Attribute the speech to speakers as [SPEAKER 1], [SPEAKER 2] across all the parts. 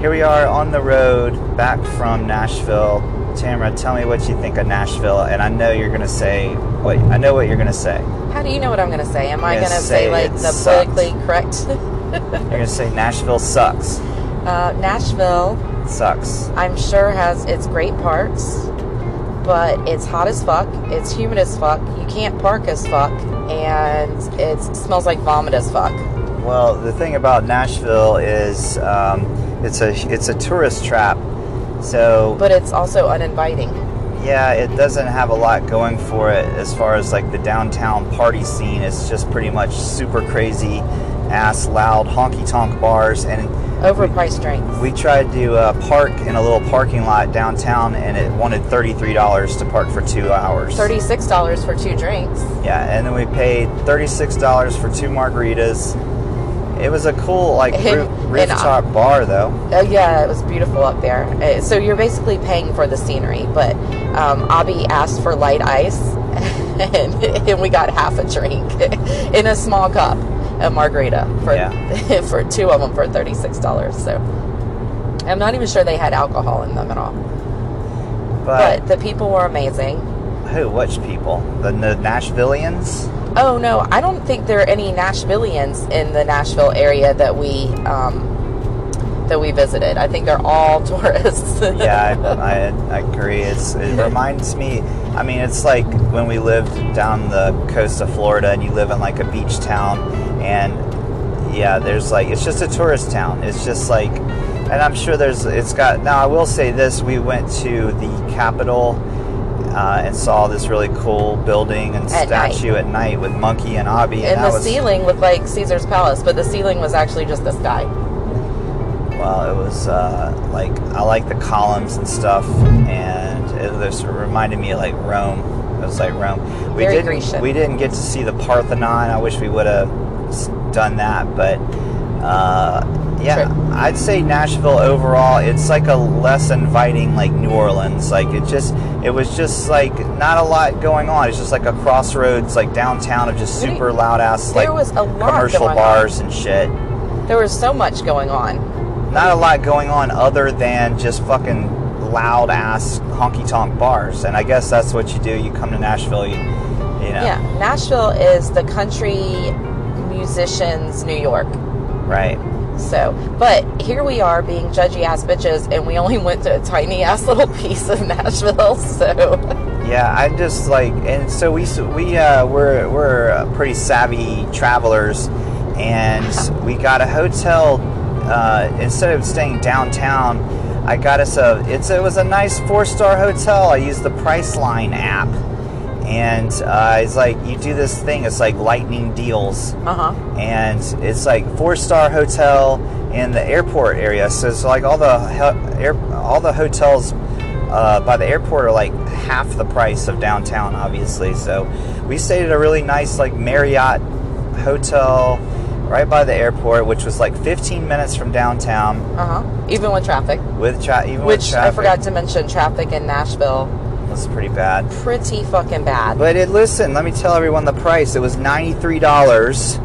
[SPEAKER 1] Here we are on the road back from Nashville. Tamara, tell me what you think of Nashville, and I know you're gonna say what I know what you're gonna say.
[SPEAKER 2] How do you know what I'm going to say? Am I
[SPEAKER 1] Yes,
[SPEAKER 2] going to
[SPEAKER 1] say
[SPEAKER 2] say,
[SPEAKER 1] it.
[SPEAKER 2] like
[SPEAKER 1] It
[SPEAKER 2] the
[SPEAKER 1] sucked.
[SPEAKER 2] politically correct?
[SPEAKER 1] You're gonna say Nashville sucks,
[SPEAKER 2] uh, Nashville,
[SPEAKER 1] sucks.
[SPEAKER 2] I'm sure, has its great parts, but it's hot as fuck. It's humid as fuck. You can't park as fuck, and it smells like vomit as fuck.
[SPEAKER 1] Well, the thing about Nashville is um, it's a it's a tourist trap. So
[SPEAKER 2] But it's also uninviting.
[SPEAKER 1] yeah, it doesn't have a lot going for it as far as like the downtown party scene. It's just pretty much super crazy, ass loud honky tonk bars, and
[SPEAKER 2] Overpriced drinks.
[SPEAKER 1] we tried to uh, park in a little parking lot downtown, and it wanted thirty three dollars to park for two hours.
[SPEAKER 2] Thirty-six dollars for two drinks.
[SPEAKER 1] Yeah, and then we paid thirty six dollars for two margaritas. It was a cool like
[SPEAKER 2] And-
[SPEAKER 1] roo-
[SPEAKER 2] and I-
[SPEAKER 1] rooftop bar though.
[SPEAKER 2] Uh, yeah, it was beautiful up there. Uh, so you're basically paying for the scenery. But um, Abby asked for light ice, and, and we got half a drink in a small cup, a margarita for
[SPEAKER 1] Yeah.
[SPEAKER 2] for two of them for thirty six dollars. So I'm not even sure they had alcohol in them at all.
[SPEAKER 1] But,
[SPEAKER 2] But the people were amazing.
[SPEAKER 1] who? Which people? The, the Nashvillians?
[SPEAKER 2] Oh no, I don't think there are any Nashvillians in the Nashville area that we um, that we visited. I think they're all tourists.
[SPEAKER 1] Yeah, I, I, I agree. It's, it reminds me. I mean, it's like when we lived down the coast of Florida, and you live in like a beach town, and yeah, there's like it's just a tourist town. It's just like, and I'm sure there's. It's got now. I will say this: we went to the Capitol. Uh, and saw this really cool building and
[SPEAKER 2] At night.
[SPEAKER 1] statue at night with Monkey and Abby, and,
[SPEAKER 2] And
[SPEAKER 1] that
[SPEAKER 2] the
[SPEAKER 1] was
[SPEAKER 2] ceiling looked like Caesar's Palace, but the ceiling was actually just the sky.
[SPEAKER 1] Well, it was uh, like I like the columns and stuff, and it was it reminded me of like Rome. It was like Rome. We
[SPEAKER 2] Very
[SPEAKER 1] didn't,
[SPEAKER 2] Grecian.
[SPEAKER 1] We didn't get to see the Parthenon. I wish we would have done that, but uh, yeah,
[SPEAKER 2] True.
[SPEAKER 1] I'd say Nashville overall, it's like a less inviting like New Orleans. Like it just, it was just like not a lot going on. It's just like a crossroads, like downtown of just
[SPEAKER 2] What do you-
[SPEAKER 1] super loud ass like
[SPEAKER 2] there was a lot
[SPEAKER 1] commercial
[SPEAKER 2] going on.
[SPEAKER 1] bars and shit
[SPEAKER 2] There was so much going on.
[SPEAKER 1] not a lot going on other than just fucking loud ass honky tonk bars. And I guess that's what you do. You come to Nashville, you, you know,
[SPEAKER 2] Yeah. Nashville is the country musicians New York.
[SPEAKER 1] right?
[SPEAKER 2] So, but here we are being judgy ass bitches, and we only went to a tiny ass little piece of Nashville. So,
[SPEAKER 1] Yeah, I just like, and so we s- we uh, we're we're uh, pretty savvy travelers, and we got a hotel. Uh, instead of staying downtown, I got us a. It's it was a nice four star hotel. I used the Priceline app, and uh, it's like you do this thing. It's like lightning deals.
[SPEAKER 2] uh huh.
[SPEAKER 1] and it's like four star hotel in the airport area. So it's like all the he- air, all the hotels uh, by the airport are like half the price of downtown, obviously. So we stayed at a really nice like Marriott hotel right by the airport, which was like 15 minutes from downtown
[SPEAKER 2] Uh huh. Even with traffic,
[SPEAKER 1] with tra- even with
[SPEAKER 2] which
[SPEAKER 1] traffic.
[SPEAKER 2] I forgot to mention, traffic in Nashville
[SPEAKER 1] was pretty bad.
[SPEAKER 2] pretty fucking bad.
[SPEAKER 1] But it, listen, let me tell everyone the price. It was ninety-three dollars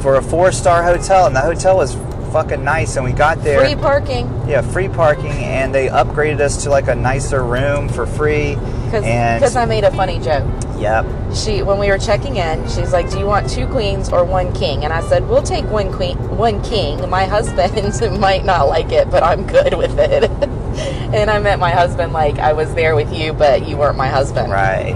[SPEAKER 1] for a four-star hotel, and the hotel was fucking nice. And we got there,
[SPEAKER 2] Free parking
[SPEAKER 1] yeah, free parking, and they upgraded us to like a nicer room for free. and
[SPEAKER 2] because I made a funny joke.
[SPEAKER 1] yep,
[SPEAKER 2] she when we were checking in she's like do you want two queens or one king and i said we'll take one queen one king my husband might not like it but i'm good with it and i met my husband like i was there with you but you weren't my husband
[SPEAKER 1] right.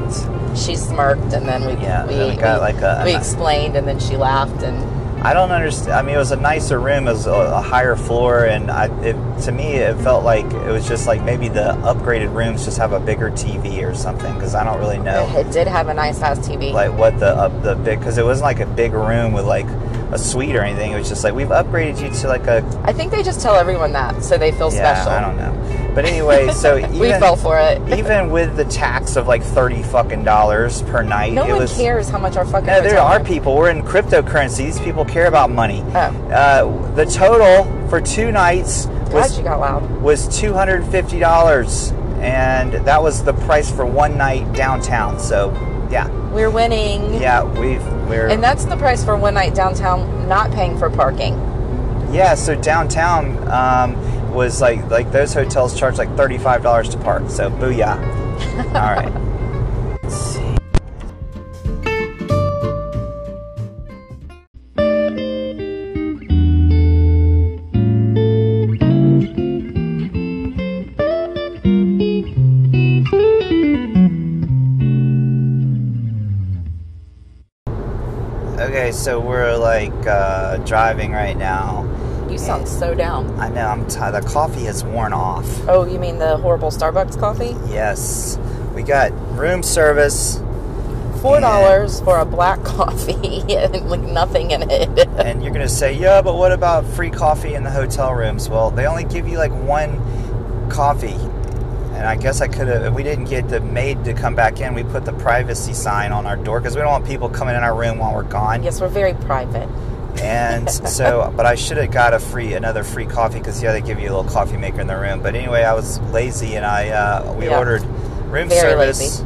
[SPEAKER 2] she smirked and then we
[SPEAKER 1] Yeah,
[SPEAKER 2] we,
[SPEAKER 1] then we got like a-
[SPEAKER 2] we explained and then she laughed and
[SPEAKER 1] I don't understand. I mean, it was a nicer room, it was a, a higher floor, and I, it, to me, it felt like it was just like maybe the upgraded rooms just have a bigger TV or something because I don't really know.
[SPEAKER 2] it did have a nice ass tv
[SPEAKER 1] Oh. like what the up the big because it wasn't like a big room with like a suite or anything. It was just like we've upgraded you to like a
[SPEAKER 2] i think they just tell everyone that so they feel
[SPEAKER 1] yeah
[SPEAKER 2] special
[SPEAKER 1] I don't know. But anyway, so even,
[SPEAKER 2] we fell for it
[SPEAKER 1] even with the tax of like thirty fucking dollars per night,
[SPEAKER 2] no
[SPEAKER 1] it
[SPEAKER 2] one
[SPEAKER 1] was.
[SPEAKER 2] cares how much our fucking
[SPEAKER 1] No, there
[SPEAKER 2] hotel
[SPEAKER 1] are
[SPEAKER 2] is.
[SPEAKER 1] people. We're in cryptocurrency. These people care about money.
[SPEAKER 2] Oh.
[SPEAKER 1] Uh, the total for two nights
[SPEAKER 2] God,
[SPEAKER 1] was
[SPEAKER 2] you got loud
[SPEAKER 1] was two hundred and fifty dollars, and that was the price for one night downtown. So, yeah,
[SPEAKER 2] we're winning
[SPEAKER 1] yeah, we've we're
[SPEAKER 2] And that's the price for one night downtown, not paying for parking.
[SPEAKER 1] Yeah, so downtown, um, was like like those hotels charge like thirty five dollars to park. So booyah! All right. Let's see. Okay, so we're like uh, driving right now.
[SPEAKER 2] You sound so down.
[SPEAKER 1] I know I'm tired. The coffee has worn off.
[SPEAKER 2] Oh, you mean the horrible Starbucks coffee?
[SPEAKER 1] Yes, we got room service,
[SPEAKER 2] Four dollars for a black coffee and like nothing in it.
[SPEAKER 1] and you're gonna say, "Yeah, but what about free coffee in the hotel rooms?" Well, they only give you like one coffee, and I guess I could have. We didn't get the maid to come back in. We put the privacy sign on our door because we don't want people coming in our room while we're gone.
[SPEAKER 2] yes, we're very private.
[SPEAKER 1] And so, but I should have got a free another free coffee because yeah, they give you a little coffee maker in the room. But anyway, I was lazy and I uh, we
[SPEAKER 2] Yeah.
[SPEAKER 1] ordered room
[SPEAKER 2] Very
[SPEAKER 1] service.
[SPEAKER 2] lazy.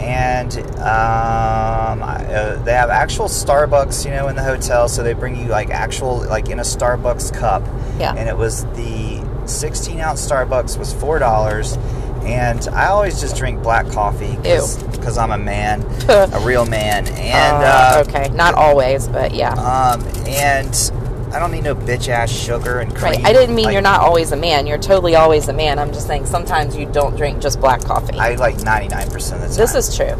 [SPEAKER 1] And um, I- uh, they have actual Starbucks, you know, in the hotel, so they bring you like actual like in a Starbucks cup.
[SPEAKER 2] Yeah.
[SPEAKER 1] And it was the 16 ounce Starbucks was four dollars. And I always just drink black coffee because I'm a man, a real man. And uh,
[SPEAKER 2] Uh, okay, not always, but yeah.
[SPEAKER 1] um, and I don't need no bitch ass sugar and cream.
[SPEAKER 2] Right. I didn't mean
[SPEAKER 1] Like,
[SPEAKER 2] you're not always a man. You're totally always a man. I'm just saying sometimes you don't drink just black coffee.
[SPEAKER 1] I like ninety nine percent of the time.
[SPEAKER 2] this is true.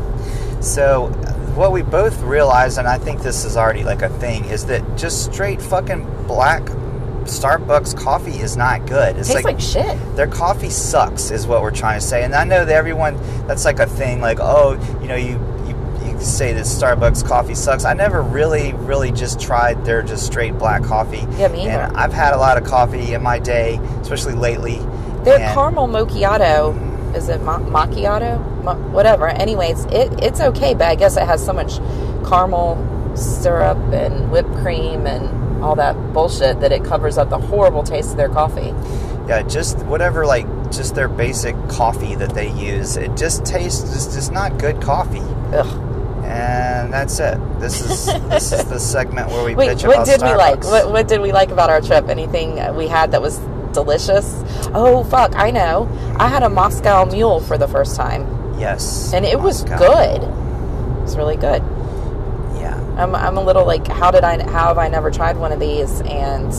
[SPEAKER 1] so. What we both realize, and I think this is already like a thing, is that just straight fucking black Starbucks coffee is not good. It's
[SPEAKER 2] Tastes like, shit.
[SPEAKER 1] their coffee sucks is what we're trying to say and i know that everyone that's like a thing like oh you know you you, you say that starbucks coffee sucks i never really really just tried their just straight black coffee
[SPEAKER 2] Yeah, me either.
[SPEAKER 1] and i've had a lot of coffee in my day especially lately
[SPEAKER 2] Their
[SPEAKER 1] and
[SPEAKER 2] caramel macchiato is it ma- macchiato? Ma- whatever. Anyways, it it's okay, but I guess it has so much caramel syrup and whipped cream and all that bullshit that it covers up the horrible taste of their coffee.
[SPEAKER 1] yeah just whatever like just their basic coffee that they use it just tastes just, just not good coffee
[SPEAKER 2] Ugh.
[SPEAKER 1] and that's it this is this is the segment where we
[SPEAKER 2] Wait,
[SPEAKER 1] bitch
[SPEAKER 2] what
[SPEAKER 1] about
[SPEAKER 2] did we like?
[SPEAKER 1] Starbucks.
[SPEAKER 2] What, what did we like about our trip? Anything we had that was delicious? Oh fuck, I know. I had a Moscow Mule for the first time,
[SPEAKER 1] yes Oh
[SPEAKER 2] and it was
[SPEAKER 1] Moscow.
[SPEAKER 2] good. It was really good.
[SPEAKER 1] yeah
[SPEAKER 2] I'm, I'm a little like, how did I, how have I never tried one of these? And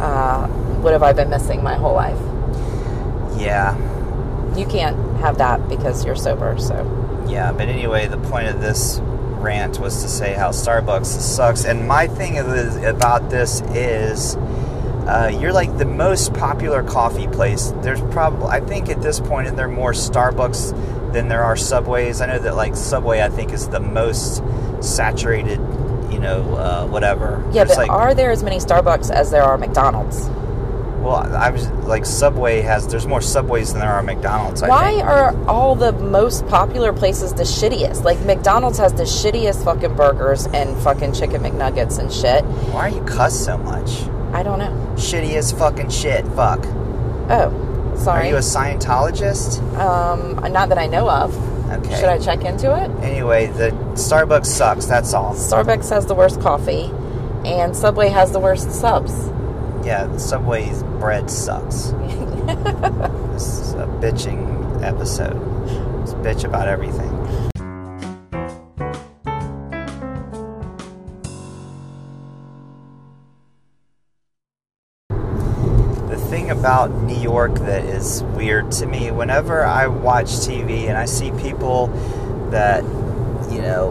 [SPEAKER 2] uh, what have I been missing my whole life?
[SPEAKER 1] yeah
[SPEAKER 2] You can't have that because you're sober. So,
[SPEAKER 1] Yeah, but anyway, the point of this rant was to say how Starbucks sucks. And my thing is, about this is uh, you're like the most popular coffee place. There's probably, I think at this point, there are more Starbucks than there are Subways. I know that like Subway, I think, is the most saturated, you know, uh, whatever.
[SPEAKER 2] yeah,
[SPEAKER 1] There's,
[SPEAKER 2] but
[SPEAKER 1] like,
[SPEAKER 2] are there as many Starbucks as there are McDonald's?
[SPEAKER 1] well, I was like Subway has, there's more Subways than there are McDonald's. I
[SPEAKER 2] Why
[SPEAKER 1] think.
[SPEAKER 2] are all the most popular places the shittiest? Like McDonald's has the shittiest fucking burgers and fucking chicken McNuggets and shit.
[SPEAKER 1] Why are you cuss so much?
[SPEAKER 2] I don't know.
[SPEAKER 1] Shitty as fucking shit. Fuck.
[SPEAKER 2] Oh,
[SPEAKER 1] Are
[SPEAKER 2] sorry.
[SPEAKER 1] you a Scientologist?
[SPEAKER 2] um, not that I know of.
[SPEAKER 1] Okay.
[SPEAKER 2] Should I check into it?
[SPEAKER 1] Anyway, the Starbucks sucks. That's all.
[SPEAKER 2] Starbucks has the worst coffee, and Subway has the worst subs.
[SPEAKER 1] Yeah, the Subway's bread sucks. this is a bitching episode. Just bitch about everything. The thing about New York that is weird to me, whenever I watch TV and I see people that, you know,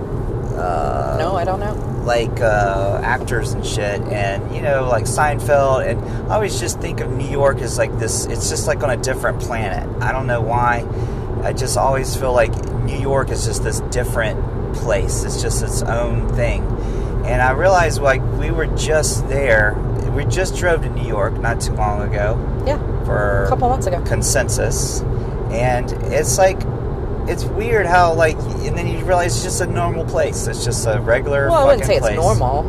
[SPEAKER 1] uh,
[SPEAKER 2] No, I don't know.
[SPEAKER 1] like uh, actors and shit, and you know, like Seinfeld, and I always just think of New York as like this. It's just like on a different planet. I don't know why. I just always feel like New York is just this different place. It's just its own thing. And I realized like we were just there. We just drove to New York not too long ago
[SPEAKER 2] Yeah,
[SPEAKER 1] for
[SPEAKER 2] a couple months ago.
[SPEAKER 1] consensus and it's like it's weird how like and then you realize it's just a normal place it's just a regular
[SPEAKER 2] Well, I wouldn't
[SPEAKER 1] fucking
[SPEAKER 2] say
[SPEAKER 1] place.
[SPEAKER 2] it's normal.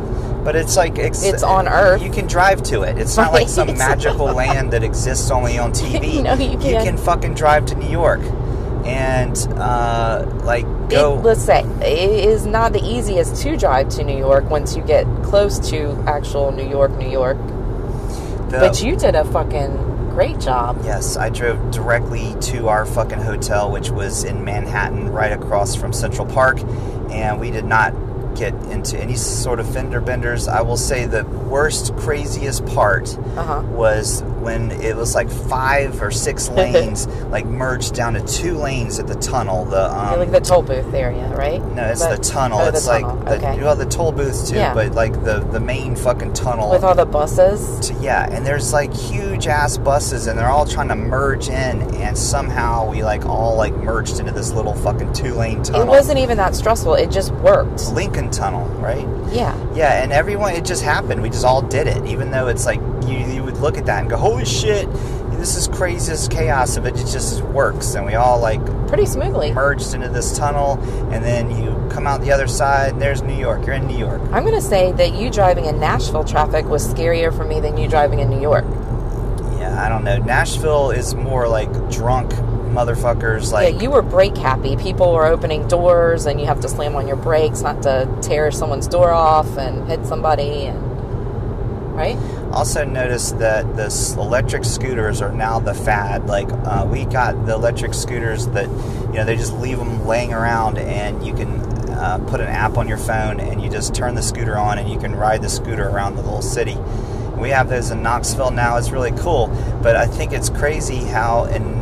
[SPEAKER 1] but it's like it's,
[SPEAKER 2] It's on Earth.
[SPEAKER 1] you can drive to it it's not like some
[SPEAKER 2] Right.
[SPEAKER 1] magical land that exists only on tv
[SPEAKER 2] No, you
[SPEAKER 1] you
[SPEAKER 2] can't.
[SPEAKER 1] can fucking drive to new york and uh like go
[SPEAKER 2] It, let's say it is not the easiest to drive to New York once you get close to actual New York, New York.
[SPEAKER 1] the-
[SPEAKER 2] But you did a fucking great job.
[SPEAKER 1] Yes, I drove directly to our fucking hotel, which was in Manhattan, right across from Central Park, and we did not get into any sort of fender benders. I will say the worst, craziest part
[SPEAKER 2] Uh-huh.
[SPEAKER 1] was when it was like five or six lanes, like merged down to two lanes at the tunnel. The um,
[SPEAKER 2] like the toll booth area, right?
[SPEAKER 1] no, it's
[SPEAKER 2] But-
[SPEAKER 1] the tunnel.
[SPEAKER 2] oh, the
[SPEAKER 1] it's
[SPEAKER 2] tunnel,
[SPEAKER 1] like the,
[SPEAKER 2] okay.
[SPEAKER 1] well, the toll booth too,
[SPEAKER 2] Yeah.
[SPEAKER 1] but like the the main fucking tunnel
[SPEAKER 2] with all the buses.
[SPEAKER 1] to- yeah, and there's like huge ass buses, and they're all trying to merge in, and somehow we like all like merged into this little fucking two lane tunnel.
[SPEAKER 2] It wasn't even that stressful. It just worked.
[SPEAKER 1] Lincoln Tunnel, right?
[SPEAKER 2] Yeah.
[SPEAKER 1] Yeah, and everyone, it just happened. We just all did it, even though it's like you, you would look at that and go, "Holy shit, this is crazy, this is chaos," but it just works, and we all like
[SPEAKER 2] Pretty smoothly.
[SPEAKER 1] merged into this tunnel, and then you come out the other side, and there's New York. You're in New York.
[SPEAKER 2] I'm going to say that you driving in Nashville traffic was scarier for me than you driving in New York.
[SPEAKER 1] Yeah, I don't know. Nashville is more like drunk motherfuckers, like.
[SPEAKER 2] yeah, you were brake happy. People were opening doors, and you have to slam on your brakes not to tear someone's door off and hit somebody. And right,
[SPEAKER 1] Also noticed that the s- electric scooters are now the fad. Like uh, we got the electric scooters that you know they just leave them laying around, and you can uh, put an app on your phone, and you just turn the scooter on, and you can ride the scooter around the little city. We have those in Knoxville now. It's really cool, but I think it's crazy how in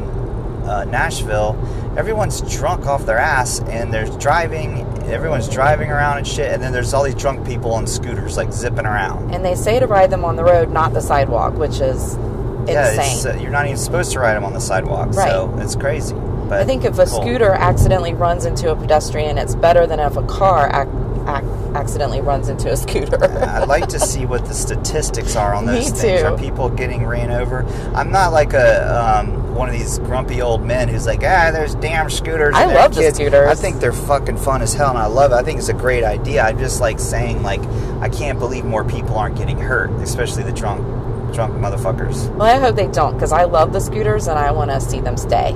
[SPEAKER 1] uh, Nashville everyone's drunk off their ass, and there's driving. Everyone's driving around and shit, and then there's all these drunk people on scooters like zipping around.
[SPEAKER 2] and they say to ride them on the road, not the sidewalk, which is insane.
[SPEAKER 1] Yeah, it's, uh, you're not even supposed to ride them on the sidewalk, so it's crazy. But
[SPEAKER 2] I think if a
[SPEAKER 1] cool.
[SPEAKER 2] scooter accidentally runs into a pedestrian, it's better than if a car ac- ac- accidentally runs into a scooter.
[SPEAKER 1] I'd like to see what the statistics are on
[SPEAKER 2] Me
[SPEAKER 1] those things.
[SPEAKER 2] too.
[SPEAKER 1] Are people getting ran over? I'm not like a um, one of these grumpy old men who's like, ah, there's damn scooters.
[SPEAKER 2] I
[SPEAKER 1] and their
[SPEAKER 2] love the
[SPEAKER 1] kids."
[SPEAKER 2] scooters.
[SPEAKER 1] I think they're fucking fun as hell, and I love it. I think it's a great idea. I'm just like saying, like, I can't believe more people aren't getting hurt, especially the drunk, drunk motherfuckers.
[SPEAKER 2] well, I hope they don't, because I love the scooters and I want to see them stay.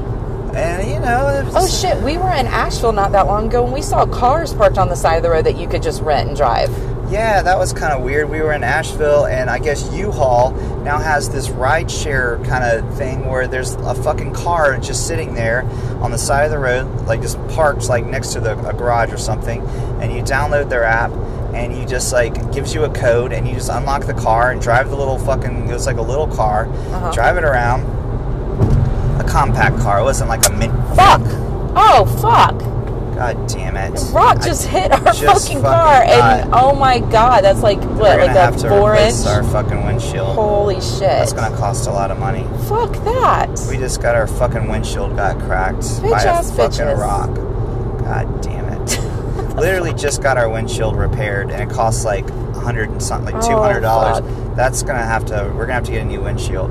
[SPEAKER 1] And you know, it's-
[SPEAKER 2] Oh shit, we were in Asheville not that long ago and we saw cars parked on the side of the road that you could just rent and drive.
[SPEAKER 1] Yeah, that was kind of weird. We were in Asheville, and I guess U-Haul now has this rideshare kind of thing where there's a fucking car just sitting there on the side of the road, like just parked like next to the a garage or something, and you download their app. And you just like gives you a code, and you just unlock the car and drive the little fucking. It was like a little car,
[SPEAKER 2] Uh-huh.
[SPEAKER 1] drive it around. A compact car. It wasn't like a mint.
[SPEAKER 2] Fuck! Oh fuck!
[SPEAKER 1] God damn it!
[SPEAKER 2] Rock just hit our
[SPEAKER 1] just
[SPEAKER 2] fucking
[SPEAKER 1] fucking
[SPEAKER 2] car
[SPEAKER 1] died.
[SPEAKER 2] and oh my god, that's like
[SPEAKER 1] We're
[SPEAKER 2] what,
[SPEAKER 1] gonna
[SPEAKER 2] like
[SPEAKER 1] have
[SPEAKER 2] a
[SPEAKER 1] to
[SPEAKER 2] four
[SPEAKER 1] replace
[SPEAKER 2] inch?
[SPEAKER 1] our fucking windshield.
[SPEAKER 2] Holy shit.
[SPEAKER 1] That's gonna cost a lot of money.
[SPEAKER 2] Fuck that.
[SPEAKER 1] We just got our fucking windshield got cracked by a
[SPEAKER 2] ass
[SPEAKER 1] fucking
[SPEAKER 2] bitches.
[SPEAKER 1] rock. God damn it. Literally just got our windshield repaired and it costs like a hundred and something like
[SPEAKER 2] Oh,
[SPEAKER 1] two hundred dollars.
[SPEAKER 2] fuck.
[SPEAKER 1] That's gonna have to we're gonna have to get a new windshield.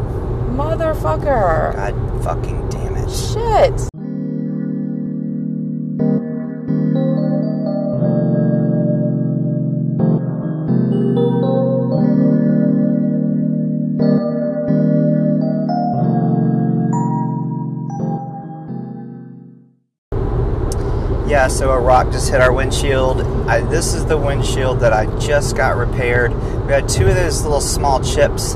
[SPEAKER 2] Motherfucker.
[SPEAKER 1] God fucking damn it.
[SPEAKER 2] Shit.
[SPEAKER 1] Yeah, so a rock just hit our windshield. I, this is the windshield that I just got repaired. We had two of those little small chips,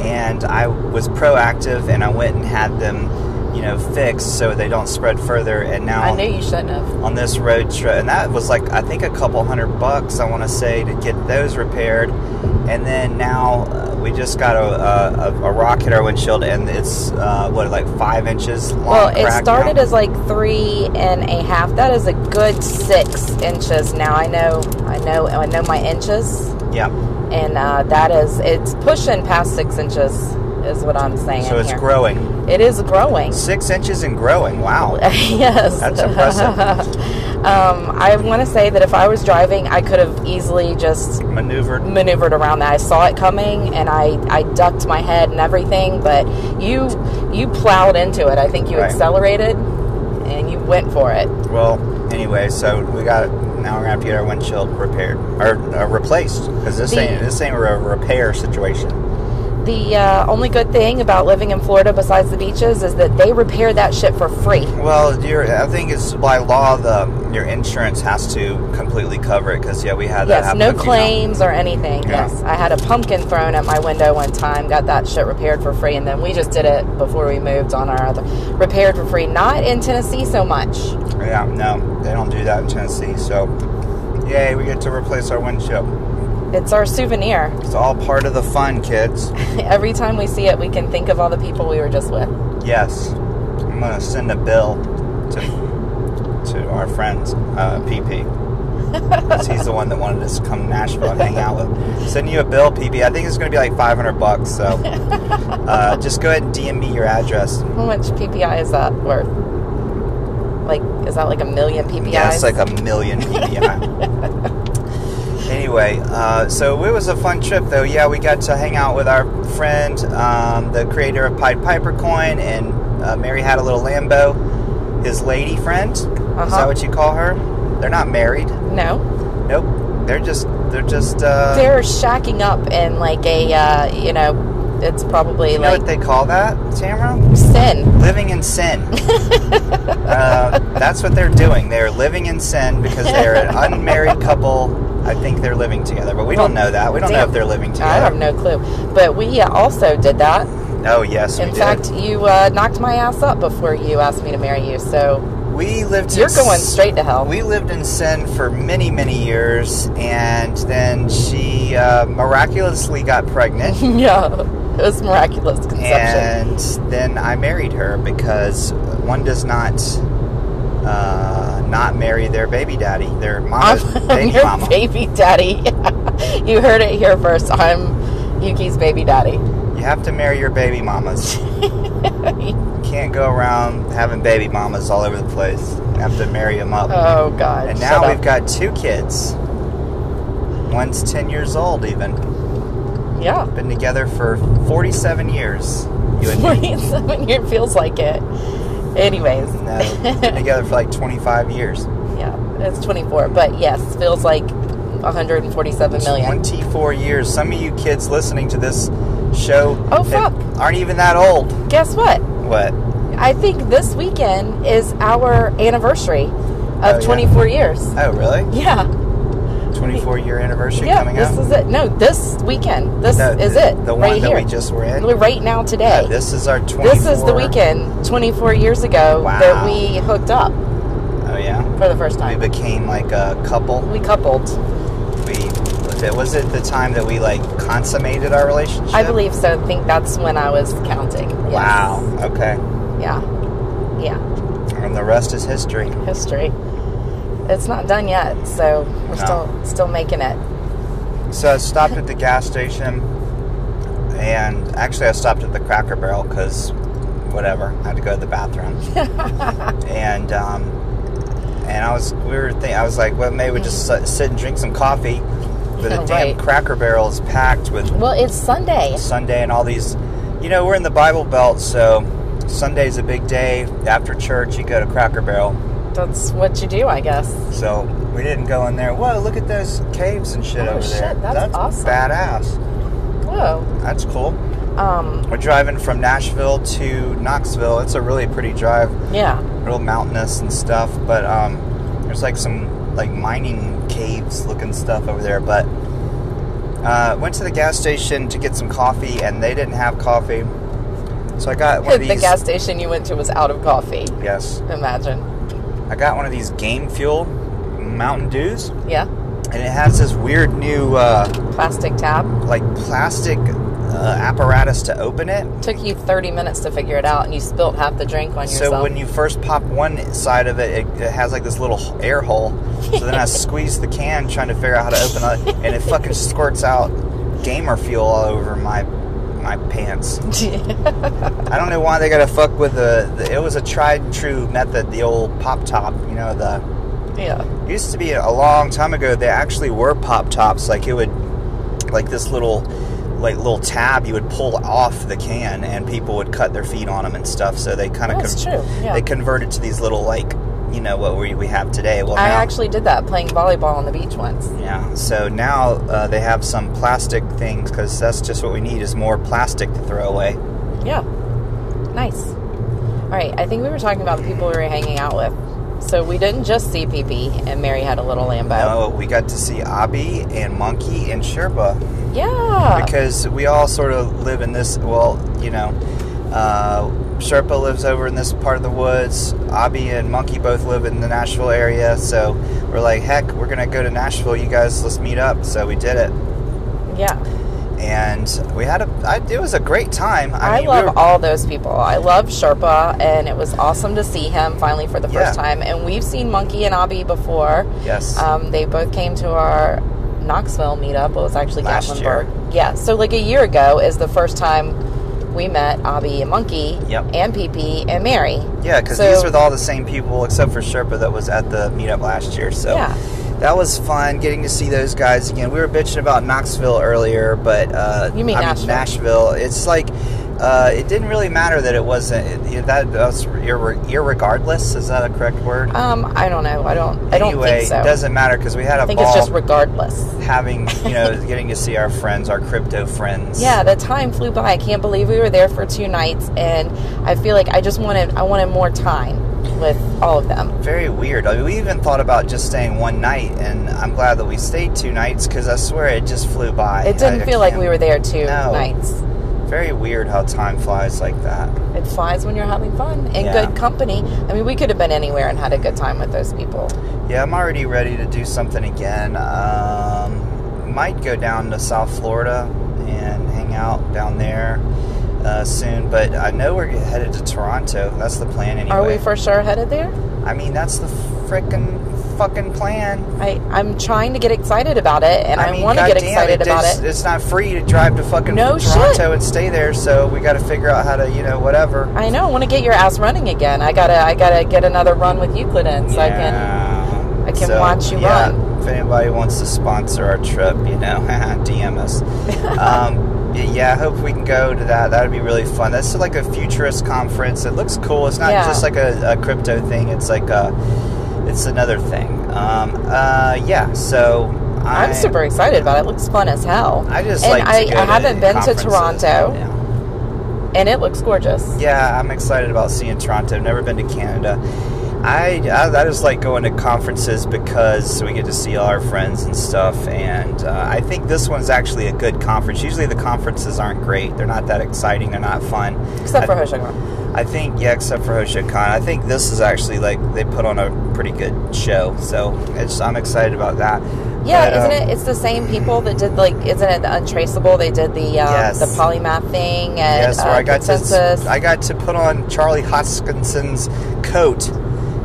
[SPEAKER 1] and I was proactive and I went and had them, you know, fixed so they don't spread further. And now
[SPEAKER 2] I knew you shouldn't have.
[SPEAKER 1] on this road trip, and that was like I think a couple hundred bucks. I want to say to get those repaired, and then now uh, we just got a, a, a rock hit our windshield, and it's uh, what like five inches long.
[SPEAKER 2] Well, it
[SPEAKER 1] crack
[SPEAKER 2] started
[SPEAKER 1] now.
[SPEAKER 2] as like three and a half. That is a good six inches now. I know I know I know my inches.
[SPEAKER 1] yeah,
[SPEAKER 2] and uh, that is it's pushing past six inches is what i'm saying
[SPEAKER 1] so it's
[SPEAKER 2] here.
[SPEAKER 1] growing
[SPEAKER 2] it is growing
[SPEAKER 1] six inches and growing. Wow,
[SPEAKER 2] yes
[SPEAKER 1] That's impressive.
[SPEAKER 2] um, i want to say that if i was driving i could have easily just
[SPEAKER 1] maneuvered.
[SPEAKER 2] maneuvered around that i saw it coming and i, I ducked my head and everything but you you plowed into it i think you
[SPEAKER 1] Right.
[SPEAKER 2] accelerated and you went for it
[SPEAKER 1] Well, anyway, so we got now we're gonna have to get our windshield repaired or uh, replaced because this
[SPEAKER 2] The-
[SPEAKER 1] ain't this ain't a repair situation.
[SPEAKER 2] the uh, only good thing about living in Florida besides the beaches is that they repair that shit for free.
[SPEAKER 1] Well, your I think it's by law the your insurance has to completely cover it because yeah, we had that
[SPEAKER 2] Yes,
[SPEAKER 1] happen.
[SPEAKER 2] no
[SPEAKER 1] a few
[SPEAKER 2] claims or anything.
[SPEAKER 1] Yeah.
[SPEAKER 2] Yes, I had a pumpkin thrown at my window one time, got that shit repaired for free, and then we just did it before we moved on our other repaired for free. Not in Tennessee so much.
[SPEAKER 1] times. Yeah, no, they don't do that in Tennessee. So, yay, we get to replace our windshield.
[SPEAKER 2] It's our souvenir.
[SPEAKER 1] It's all part of the fun, kids.
[SPEAKER 2] Every time we see it, we can think of all the people we were just with.
[SPEAKER 1] Yes, I'm gonna send a bill to to our friend uh, PP. 'Cause he's the one that wanted us to come to Nashville and hang out with. Send you a bill, PP. I think it's gonna be like 500 bucks. So uh, just go ahead and DM me your address.
[SPEAKER 2] How much PPI is that worth? Like, is that like a million PPIs?
[SPEAKER 1] Yeah, it's like a million PPI. anyway, uh, so it was a fun trip, though. Yeah, we got to hang out with our friend, um, the creator of Pied Piper Coin, and uh, Mary had a little Lambo. His lady friend, is
[SPEAKER 2] Uh-huh.
[SPEAKER 1] that what you call her? They're not married.
[SPEAKER 2] no.
[SPEAKER 1] Nope. They're just they're just uh,
[SPEAKER 2] They're shacking up in like a, uh, you know, it's probably
[SPEAKER 1] you know
[SPEAKER 2] like
[SPEAKER 1] what they call that, Tamara?
[SPEAKER 2] sin.
[SPEAKER 1] Living in sin. uh, that's what they're doing. They're living in sin because they're an unmarried couple. I think they're living together, but we don't know that. We don't know
[SPEAKER 2] Damn. Um,
[SPEAKER 1] if they're living together.
[SPEAKER 2] I have no clue. But we uh, also did that.
[SPEAKER 1] Oh yes, we
[SPEAKER 2] In
[SPEAKER 1] did.
[SPEAKER 2] fact, you uh, knocked my ass up before you asked me to marry you, so
[SPEAKER 1] we lived.
[SPEAKER 2] you're
[SPEAKER 1] in
[SPEAKER 2] going
[SPEAKER 1] s-
[SPEAKER 2] straight to hell.
[SPEAKER 1] We lived in sin for many, many years, and then she uh, miraculously got pregnant.
[SPEAKER 2] yeah, it was miraculous conception.
[SPEAKER 1] and then I married her because one does not uh, not marry their baby daddy, their mama,
[SPEAKER 2] I'm
[SPEAKER 1] baby
[SPEAKER 2] your
[SPEAKER 1] mama.
[SPEAKER 2] baby daddy. you heard it here first. I'm Yuki's baby daddy.
[SPEAKER 1] You have to marry your baby mamas. you can't go around having baby mamas all over the place. You have to marry them up.
[SPEAKER 2] Oh God!
[SPEAKER 1] and
[SPEAKER 2] shut
[SPEAKER 1] now we've
[SPEAKER 2] up.
[SPEAKER 1] got two kids. One's ten years old, even
[SPEAKER 2] yeah.
[SPEAKER 1] been together for forty-seven years. You and me.
[SPEAKER 2] 47 year feels like it. Anyways,
[SPEAKER 1] No, uh, been together for like twenty-five years.
[SPEAKER 2] yeah, it's 24, but yes, feels like 147 million.
[SPEAKER 1] 24 years. Some of you kids listening to this show
[SPEAKER 2] Oh,
[SPEAKER 1] that
[SPEAKER 2] fuck.
[SPEAKER 1] aren't even that old.
[SPEAKER 2] Guess what?
[SPEAKER 1] What?
[SPEAKER 2] I think this weekend is our anniversary
[SPEAKER 1] Oh,
[SPEAKER 2] of
[SPEAKER 1] yeah.
[SPEAKER 2] 24 years.
[SPEAKER 1] Oh, really?
[SPEAKER 2] Yeah,
[SPEAKER 1] 24 year anniversary
[SPEAKER 2] yeah,
[SPEAKER 1] coming
[SPEAKER 2] this
[SPEAKER 1] up?
[SPEAKER 2] is it. No, this weekend. This
[SPEAKER 1] No,
[SPEAKER 2] is
[SPEAKER 1] the-
[SPEAKER 2] it.
[SPEAKER 1] The one
[SPEAKER 2] right
[SPEAKER 1] that
[SPEAKER 2] here.
[SPEAKER 1] we just were in?
[SPEAKER 2] right now
[SPEAKER 1] Yeah,
[SPEAKER 2] today.
[SPEAKER 1] this is our 24.
[SPEAKER 2] This is the weekend 24 years ago
[SPEAKER 1] Wow.
[SPEAKER 2] that we hooked up
[SPEAKER 1] Oh, yeah.
[SPEAKER 2] for the first
[SPEAKER 1] We
[SPEAKER 2] time.
[SPEAKER 1] became like a couple.
[SPEAKER 2] We coupled.
[SPEAKER 1] We was it, was it the time that we like consummated our relationship?
[SPEAKER 2] I believe so. I think that's when I was counting. Yes.
[SPEAKER 1] Wow. Okay.
[SPEAKER 2] Yeah. Yeah.
[SPEAKER 1] And the rest is history.
[SPEAKER 2] History. It's not done yet, so we're
[SPEAKER 1] No.
[SPEAKER 2] still still making it.
[SPEAKER 1] So I stopped at the gas station, and actually I stopped at the Cracker Barrel because whatever, I had to go to the bathroom. and um, and I was we were think, I was like, well, maybe we just sit- sit and drink some coffee. But the
[SPEAKER 2] Yeah,
[SPEAKER 1] damn
[SPEAKER 2] right.
[SPEAKER 1] Cracker Barrel is packed with
[SPEAKER 2] Well, it's Sunday.
[SPEAKER 1] Sunday and all these. You know, we're in the Bible Belt, so Sunday's a big day. After church, you go to Cracker Barrel.
[SPEAKER 2] That's what you do, I guess.
[SPEAKER 1] So we didn't go in there. Whoa, look at those caves and shit
[SPEAKER 2] Oh,
[SPEAKER 1] over
[SPEAKER 2] shit,
[SPEAKER 1] there.
[SPEAKER 2] that's awesome.
[SPEAKER 1] badass.
[SPEAKER 2] Whoa.
[SPEAKER 1] That's cool.
[SPEAKER 2] Um.
[SPEAKER 1] We're driving from Nashville to Knoxville. It's a really pretty drive,
[SPEAKER 2] Yeah.
[SPEAKER 1] real mountainous and stuff. But um, there's like some like mining caves looking stuff over there. But uh, went to the gas station to get some coffee, and they didn't have coffee, so I got one of
[SPEAKER 2] The
[SPEAKER 1] these.
[SPEAKER 2] gas station you went to was out of coffee.
[SPEAKER 1] yes,
[SPEAKER 2] Imagine.
[SPEAKER 1] I got one of these Game Fuel Mountain Dews,
[SPEAKER 2] Yeah.
[SPEAKER 1] and it has this weird new uh,
[SPEAKER 2] Plastic tab.
[SPEAKER 1] like plastic uh, apparatus to open it.
[SPEAKER 2] Took you 30 minutes to figure it out, and you spilt half the drink on yourself.
[SPEAKER 1] So when you first pop one side of it, it, it has like this little h- air hole. So then I squeeze the can trying to figure out how to open it, and it fucking squirts out gamer fuel all over my my pants. I don't know why they gotta fuck with the. the it was a tried and true method, the old pop top. You know, the
[SPEAKER 2] yeah.
[SPEAKER 1] it used to be a long time ago. They actually were pop tops. Like it would, like this little. Like little tab you would pull off the can, and people would cut their feet on them and stuff. So they kind of
[SPEAKER 2] That's true. Yeah.
[SPEAKER 1] they converted to these little like you know what we, we have today. Well,
[SPEAKER 2] I
[SPEAKER 1] now,
[SPEAKER 2] actually did that playing volleyball on the beach once.
[SPEAKER 1] yeah. So now uh, they have some plastic things because that's just what we need is more plastic to throw away.
[SPEAKER 2] Yeah. Nice. All right. I think we were talking about the people we were hanging out with. So we didn't just see PP and Mary had a little Lambo.
[SPEAKER 1] Oh, we got to see Abby and Monkey and Sherpa.
[SPEAKER 2] Yeah.
[SPEAKER 1] because we all sort of live in this. Well, you know, uh, Sherpa lives over in this part of the woods. Abby and Monkey both live in the Nashville area, so we're like, heck, we're gonna go to Nashville. You guys, let's meet up. So we did it,
[SPEAKER 2] yeah.
[SPEAKER 1] and we had a. I, it was a great time.
[SPEAKER 2] I,
[SPEAKER 1] mean, we
[SPEAKER 2] love
[SPEAKER 1] were-
[SPEAKER 2] all those people. I love Sherpa, and it was awesome to see him finally for the first
[SPEAKER 1] Yeah.
[SPEAKER 2] time. And we've seen Monkey and Abby before.
[SPEAKER 1] Yes.
[SPEAKER 2] Um, they both came to our Knoxville meetup. It was actually
[SPEAKER 1] Last
[SPEAKER 2] Gatlinburg. Yeah. So like a year ago is the first time we met Abby and Monkey
[SPEAKER 1] Yep.
[SPEAKER 2] and PP and Mary.
[SPEAKER 1] yeah, because
[SPEAKER 2] so-
[SPEAKER 1] these were all the same people except for Sherpa that was at the meetup last year. So.
[SPEAKER 2] Yeah.
[SPEAKER 1] That was fun getting to see those guys again. We were bitching about Knoxville earlier, but uh,
[SPEAKER 2] You mean
[SPEAKER 1] I
[SPEAKER 2] Nashville.
[SPEAKER 1] Nashville? It's like uh, it didn't really matter that it wasn't it, it- that, that was ir- irregardless. Is that a correct word?
[SPEAKER 2] Um, I don't know. I don't. I don't
[SPEAKER 1] anyway,
[SPEAKER 2] think so.
[SPEAKER 1] it doesn't matter because we had a
[SPEAKER 2] I think
[SPEAKER 1] ball
[SPEAKER 2] it's just regardless.
[SPEAKER 1] having you know getting to see our friends, our crypto friends.
[SPEAKER 2] Yeah, the time flew by. I can't believe we were there for two nights, and I feel like I just wanted. I wanted more time with all of them.
[SPEAKER 1] very weird. I mean, we even thought about just staying one night, and I'm glad that we stayed two nights because I swear it just flew by.
[SPEAKER 2] It didn't
[SPEAKER 1] I
[SPEAKER 2] feel like
[SPEAKER 1] can't-
[SPEAKER 2] we were there two
[SPEAKER 1] No.
[SPEAKER 2] nights.
[SPEAKER 1] Very weird how time flies like that.
[SPEAKER 2] It flies when you're having fun and
[SPEAKER 1] Yeah.
[SPEAKER 2] good company. I mean, we could have been anywhere and had a good time with those people.
[SPEAKER 1] Yeah, I'm already ready to do something again. Um, might go down to South Florida and hang out down there uh, soon, but I know we're headed to Toronto. That's the plan anyway.
[SPEAKER 2] Are we for sure headed there?
[SPEAKER 1] I mean, that's the frickin' fucking plan.
[SPEAKER 2] I, I'm trying to get excited about it, and I,
[SPEAKER 1] mean,
[SPEAKER 2] want to get
[SPEAKER 1] goddamn,
[SPEAKER 2] excited
[SPEAKER 1] it
[SPEAKER 2] about
[SPEAKER 1] is-
[SPEAKER 2] it.
[SPEAKER 1] It's not free to drive to fucking
[SPEAKER 2] No
[SPEAKER 1] Toronto
[SPEAKER 2] shit.
[SPEAKER 1] and stay there, so we got to figure out how to, you know, whatever.
[SPEAKER 2] I know. I want to get your ass running again. I gotta, I gotta get another run with Euclidin so I can.
[SPEAKER 1] Yeah.
[SPEAKER 2] I can watch you
[SPEAKER 1] yeah,
[SPEAKER 2] run.
[SPEAKER 1] If anybody wants to sponsor our trip, you know, DM us. um, y- yeah, I hope we can go to that. That'd be really fun. That's like a futurist conference. It looks cool. It's not
[SPEAKER 2] Yeah.
[SPEAKER 1] just like a, a crypto thing. It's like a, it's another thing. Um, uh, yeah. So I,
[SPEAKER 2] I'm super excited about it. It looks fun as hell.
[SPEAKER 1] I just
[SPEAKER 2] and
[SPEAKER 1] like to
[SPEAKER 2] I,
[SPEAKER 1] go
[SPEAKER 2] I haven't been to
[SPEAKER 1] conferences.
[SPEAKER 2] Toronto,
[SPEAKER 1] Yeah.
[SPEAKER 2] and it looks gorgeous.
[SPEAKER 1] Yeah, I'm excited about seeing Toronto. I've never been to Canada. I, I that is like going to conferences because we get to see all our friends and stuff. And uh, I think this one's actually a good conference. Usually the conferences aren't great. They're not that exciting. They're not fun.
[SPEAKER 2] Except for
[SPEAKER 1] I,
[SPEAKER 2] Hoshigon.
[SPEAKER 1] I think yeah, except for HoshiKon. I think this is actually like they put on a pretty good show. So it's I'm excited about that.
[SPEAKER 2] Yeah,
[SPEAKER 1] But, um,
[SPEAKER 2] isn't it? It's the same people that did like, isn't it the Untraceable? They did the um,
[SPEAKER 1] Yes.
[SPEAKER 2] the polymath thing and
[SPEAKER 1] Yes, where
[SPEAKER 2] uh,
[SPEAKER 1] I got
[SPEAKER 2] consensus.
[SPEAKER 1] to I got to put on Charlie Hoskinson's coat,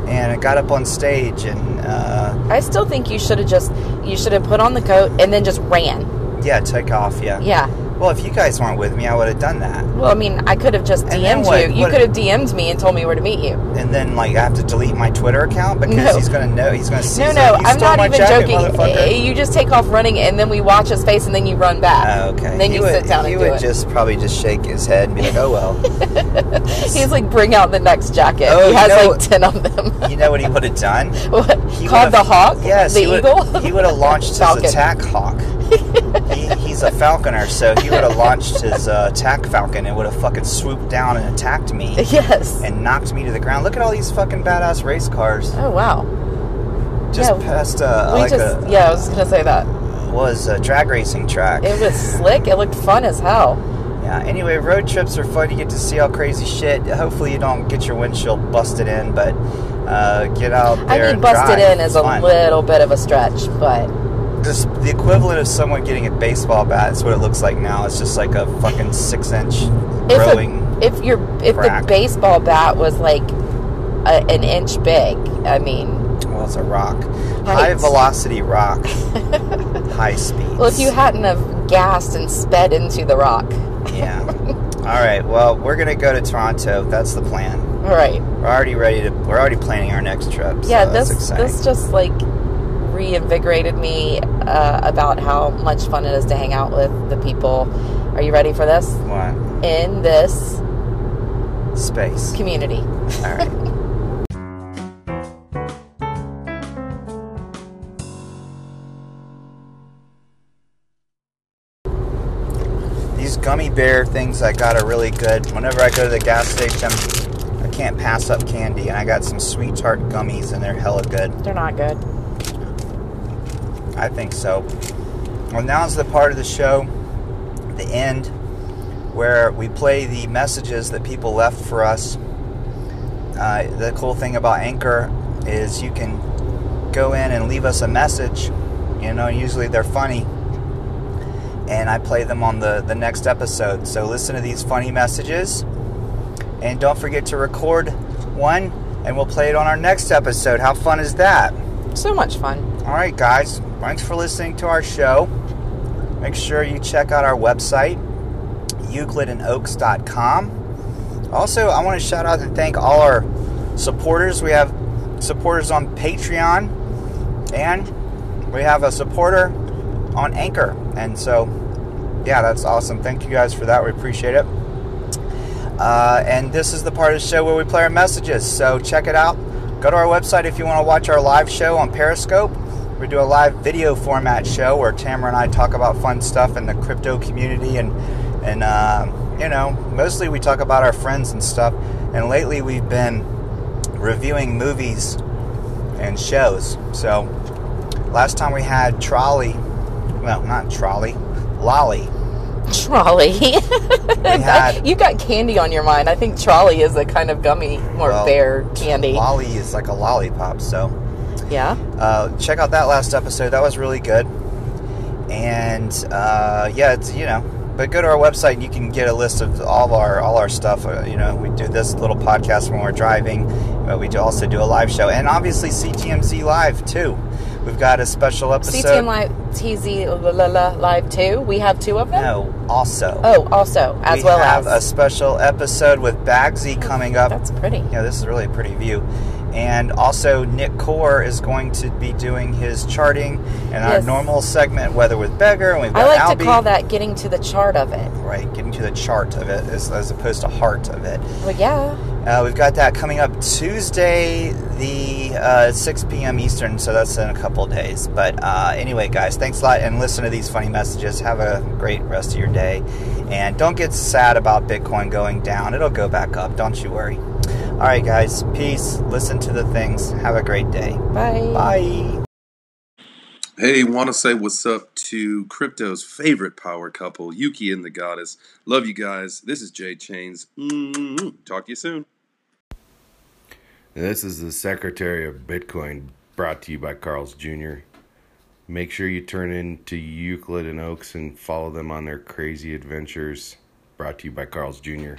[SPEAKER 1] and I got up on stage, and uh,
[SPEAKER 2] I still think you should have just you should have put on the coat and then just ran.
[SPEAKER 1] yeah, took off. Yeah.
[SPEAKER 2] Yeah.
[SPEAKER 1] Well, if you guys weren't with me, I would have done that.
[SPEAKER 2] Well, I mean, I could have just
[SPEAKER 1] And then
[SPEAKER 2] DM'd
[SPEAKER 1] what-
[SPEAKER 2] you. You
[SPEAKER 1] what-
[SPEAKER 2] could have DM'd me and told me where to meet you.
[SPEAKER 1] And then like I have to delete my Twitter account because
[SPEAKER 2] No.
[SPEAKER 1] he's gonna know. He's gonna see.
[SPEAKER 2] No,
[SPEAKER 1] he's
[SPEAKER 2] no,
[SPEAKER 1] like, "You
[SPEAKER 2] I'm
[SPEAKER 1] stole
[SPEAKER 2] not
[SPEAKER 1] my
[SPEAKER 2] even
[SPEAKER 1] jacket,
[SPEAKER 2] joking.
[SPEAKER 1] motherfucker."
[SPEAKER 2] Eh, You just take off running and then we watch his face and then you run back.
[SPEAKER 1] Oh, okay.
[SPEAKER 2] And then
[SPEAKER 1] he
[SPEAKER 2] you
[SPEAKER 1] would,
[SPEAKER 2] sit down
[SPEAKER 1] He
[SPEAKER 2] and do
[SPEAKER 1] would
[SPEAKER 2] it.
[SPEAKER 1] just probably just shake his head and be like, "Oh well."
[SPEAKER 2] He's like, bring out the next jacket.
[SPEAKER 1] Oh,
[SPEAKER 2] he
[SPEAKER 1] you
[SPEAKER 2] has
[SPEAKER 1] know-
[SPEAKER 2] like ten of them.
[SPEAKER 1] you know what he would have done?
[SPEAKER 2] What?
[SPEAKER 1] He
[SPEAKER 2] Called
[SPEAKER 1] would've-
[SPEAKER 2] the hawk.
[SPEAKER 1] Yes,
[SPEAKER 2] the
[SPEAKER 1] he would-
[SPEAKER 2] eagle.
[SPEAKER 1] He would have launched his
[SPEAKER 2] Falcon.
[SPEAKER 1] attack hawk. he, he's a falconer, so he would have launched his uh, attack falcon and would have fucking swooped down and attacked me
[SPEAKER 2] yes.
[SPEAKER 1] and knocked me to the ground. Look at all these fucking badass race cars.
[SPEAKER 2] oh wow.
[SPEAKER 1] Just
[SPEAKER 2] Yeah.
[SPEAKER 1] past uh,
[SPEAKER 2] we
[SPEAKER 1] like
[SPEAKER 2] just
[SPEAKER 1] a
[SPEAKER 2] yeah. I was just gonna say that.
[SPEAKER 1] was a drag racing track.
[SPEAKER 2] It was slick. It looked fun as hell.
[SPEAKER 1] Yeah. Anyway, road trips are fun. You get to see all crazy shit. Hopefully, you don't get your windshield busted in, but uh, get out there.
[SPEAKER 2] I mean,
[SPEAKER 1] and
[SPEAKER 2] busted
[SPEAKER 1] drive.
[SPEAKER 2] in is
[SPEAKER 1] It's
[SPEAKER 2] a
[SPEAKER 1] fun.
[SPEAKER 2] little bit of a stretch, but
[SPEAKER 1] just the equivalent of someone getting a baseball bat is what it looks like now. It's just like a fucking six inch
[SPEAKER 2] if a-
[SPEAKER 1] growing.
[SPEAKER 2] if your if
[SPEAKER 1] crack.
[SPEAKER 2] the baseball bat was like a, an inch big, I mean,
[SPEAKER 1] well, it's a rock. High
[SPEAKER 2] Right.
[SPEAKER 1] velocity rock. High speed.
[SPEAKER 2] well, if you hadn't have gassed and sped into the rock,
[SPEAKER 1] Yeah. All right. Well, we're gonna go to Toronto. That's the plan.
[SPEAKER 2] all right,
[SPEAKER 1] We're already ready to. We're already planning our next trip. so
[SPEAKER 2] yeah,
[SPEAKER 1] that's
[SPEAKER 2] this
[SPEAKER 1] exciting.
[SPEAKER 2] this just like reinvigorated me uh, about how much fun it is to hang out with the people. Are you ready for this?
[SPEAKER 1] What?
[SPEAKER 2] In this
[SPEAKER 1] Space.
[SPEAKER 2] community.
[SPEAKER 1] All right. these gummy bear things I got are really good. Whenever I go to the gas station, I can't pass up candy, and I got some sweetheart gummies, and they're hella good.
[SPEAKER 2] They're not good.
[SPEAKER 1] I think so. Well, now's the part of the show, the end, where we play the messages that people left for us. Uh, the cool thing about Anchor is you can go in and leave us a message. You know, usually they're funny. And I play them on the, the next episode. So listen to these funny messages. And don't forget to record one, and we'll play it on our next episode. How fun is that?
[SPEAKER 2] So much fun.
[SPEAKER 1] All right, guys. Thanks for listening to our show. Make sure you check out our website, euclidandoaks.com. Also, I want to shout out and thank all our supporters. We have supporters on Patreon, and we have a supporter on Anchor. And so, yeah, that's awesome. Thank you guys for that. We appreciate it. Uh, and this is the part of the show where we play our messages. So check it out. Go to our website if you want to watch our live show on Periscope. We do a live video format show where Tamara and I talk about fun stuff in the crypto community and and uh, you know mostly we talk about our friends and stuff. And lately we've been reviewing movies and shows. So last time we had Trolley, well not Trolley, Lolly.
[SPEAKER 2] Trolley.
[SPEAKER 1] We had
[SPEAKER 2] You've got candy on your mind. I think trolley is a kind of gummy or
[SPEAKER 1] Well,
[SPEAKER 2] bear candy.
[SPEAKER 1] Lolly is like a lollipop. So
[SPEAKER 2] Yeah.
[SPEAKER 1] uh, check out that last episode. That was really good. And uh, yeah, it's you know, but go to our website and you can get a list of all of our all our stuff. Uh, you know, we do this little podcast when we're driving, but we do also do a live show and obviously CTMC live too. We've got a special episode.
[SPEAKER 2] CTM Live, TZ la, la, la, Live 2. We have two of them?
[SPEAKER 1] No, also
[SPEAKER 2] Oh, also, as
[SPEAKER 1] we
[SPEAKER 2] well
[SPEAKER 1] have a
[SPEAKER 2] as.
[SPEAKER 1] special episode with Bagsy coming up.
[SPEAKER 2] That's pretty.
[SPEAKER 1] Yeah, this is really a pretty view. And also, Nick Core is going to be doing his charting and our
[SPEAKER 2] Yes.
[SPEAKER 1] normal segment, Weather with Beggar, and we've
[SPEAKER 2] I
[SPEAKER 1] got
[SPEAKER 2] like
[SPEAKER 1] Albie.
[SPEAKER 2] to call that getting to the chart of it.
[SPEAKER 1] Right, getting to the chart of it as, as opposed to heart of it.
[SPEAKER 2] Well, yeah.
[SPEAKER 1] Uh, we've got that coming up Tuesday, the uh, 6 p.m. Eastern, so that's in a couple days. But uh, anyway, guys, thanks a lot, and listen to these funny messages. Have a great rest of your day, and don't get sad about Bitcoin going down. It'll go back up. Don't you worry. All right, guys, peace. Listen to the things. Have a great day.
[SPEAKER 2] Bye.
[SPEAKER 1] Bye.
[SPEAKER 3] Hey, want to say what's up to crypto's favorite power couple, Yuki and the Goddess. Love you guys. This is Jay Chains. mm Talk to you soon.
[SPEAKER 4] This is the Secretary of Bitcoin brought to you by Carl's Jr. Make sure you turn in to Euclid and Oaks and follow them on their crazy adventures brought to you by Carl's Jr.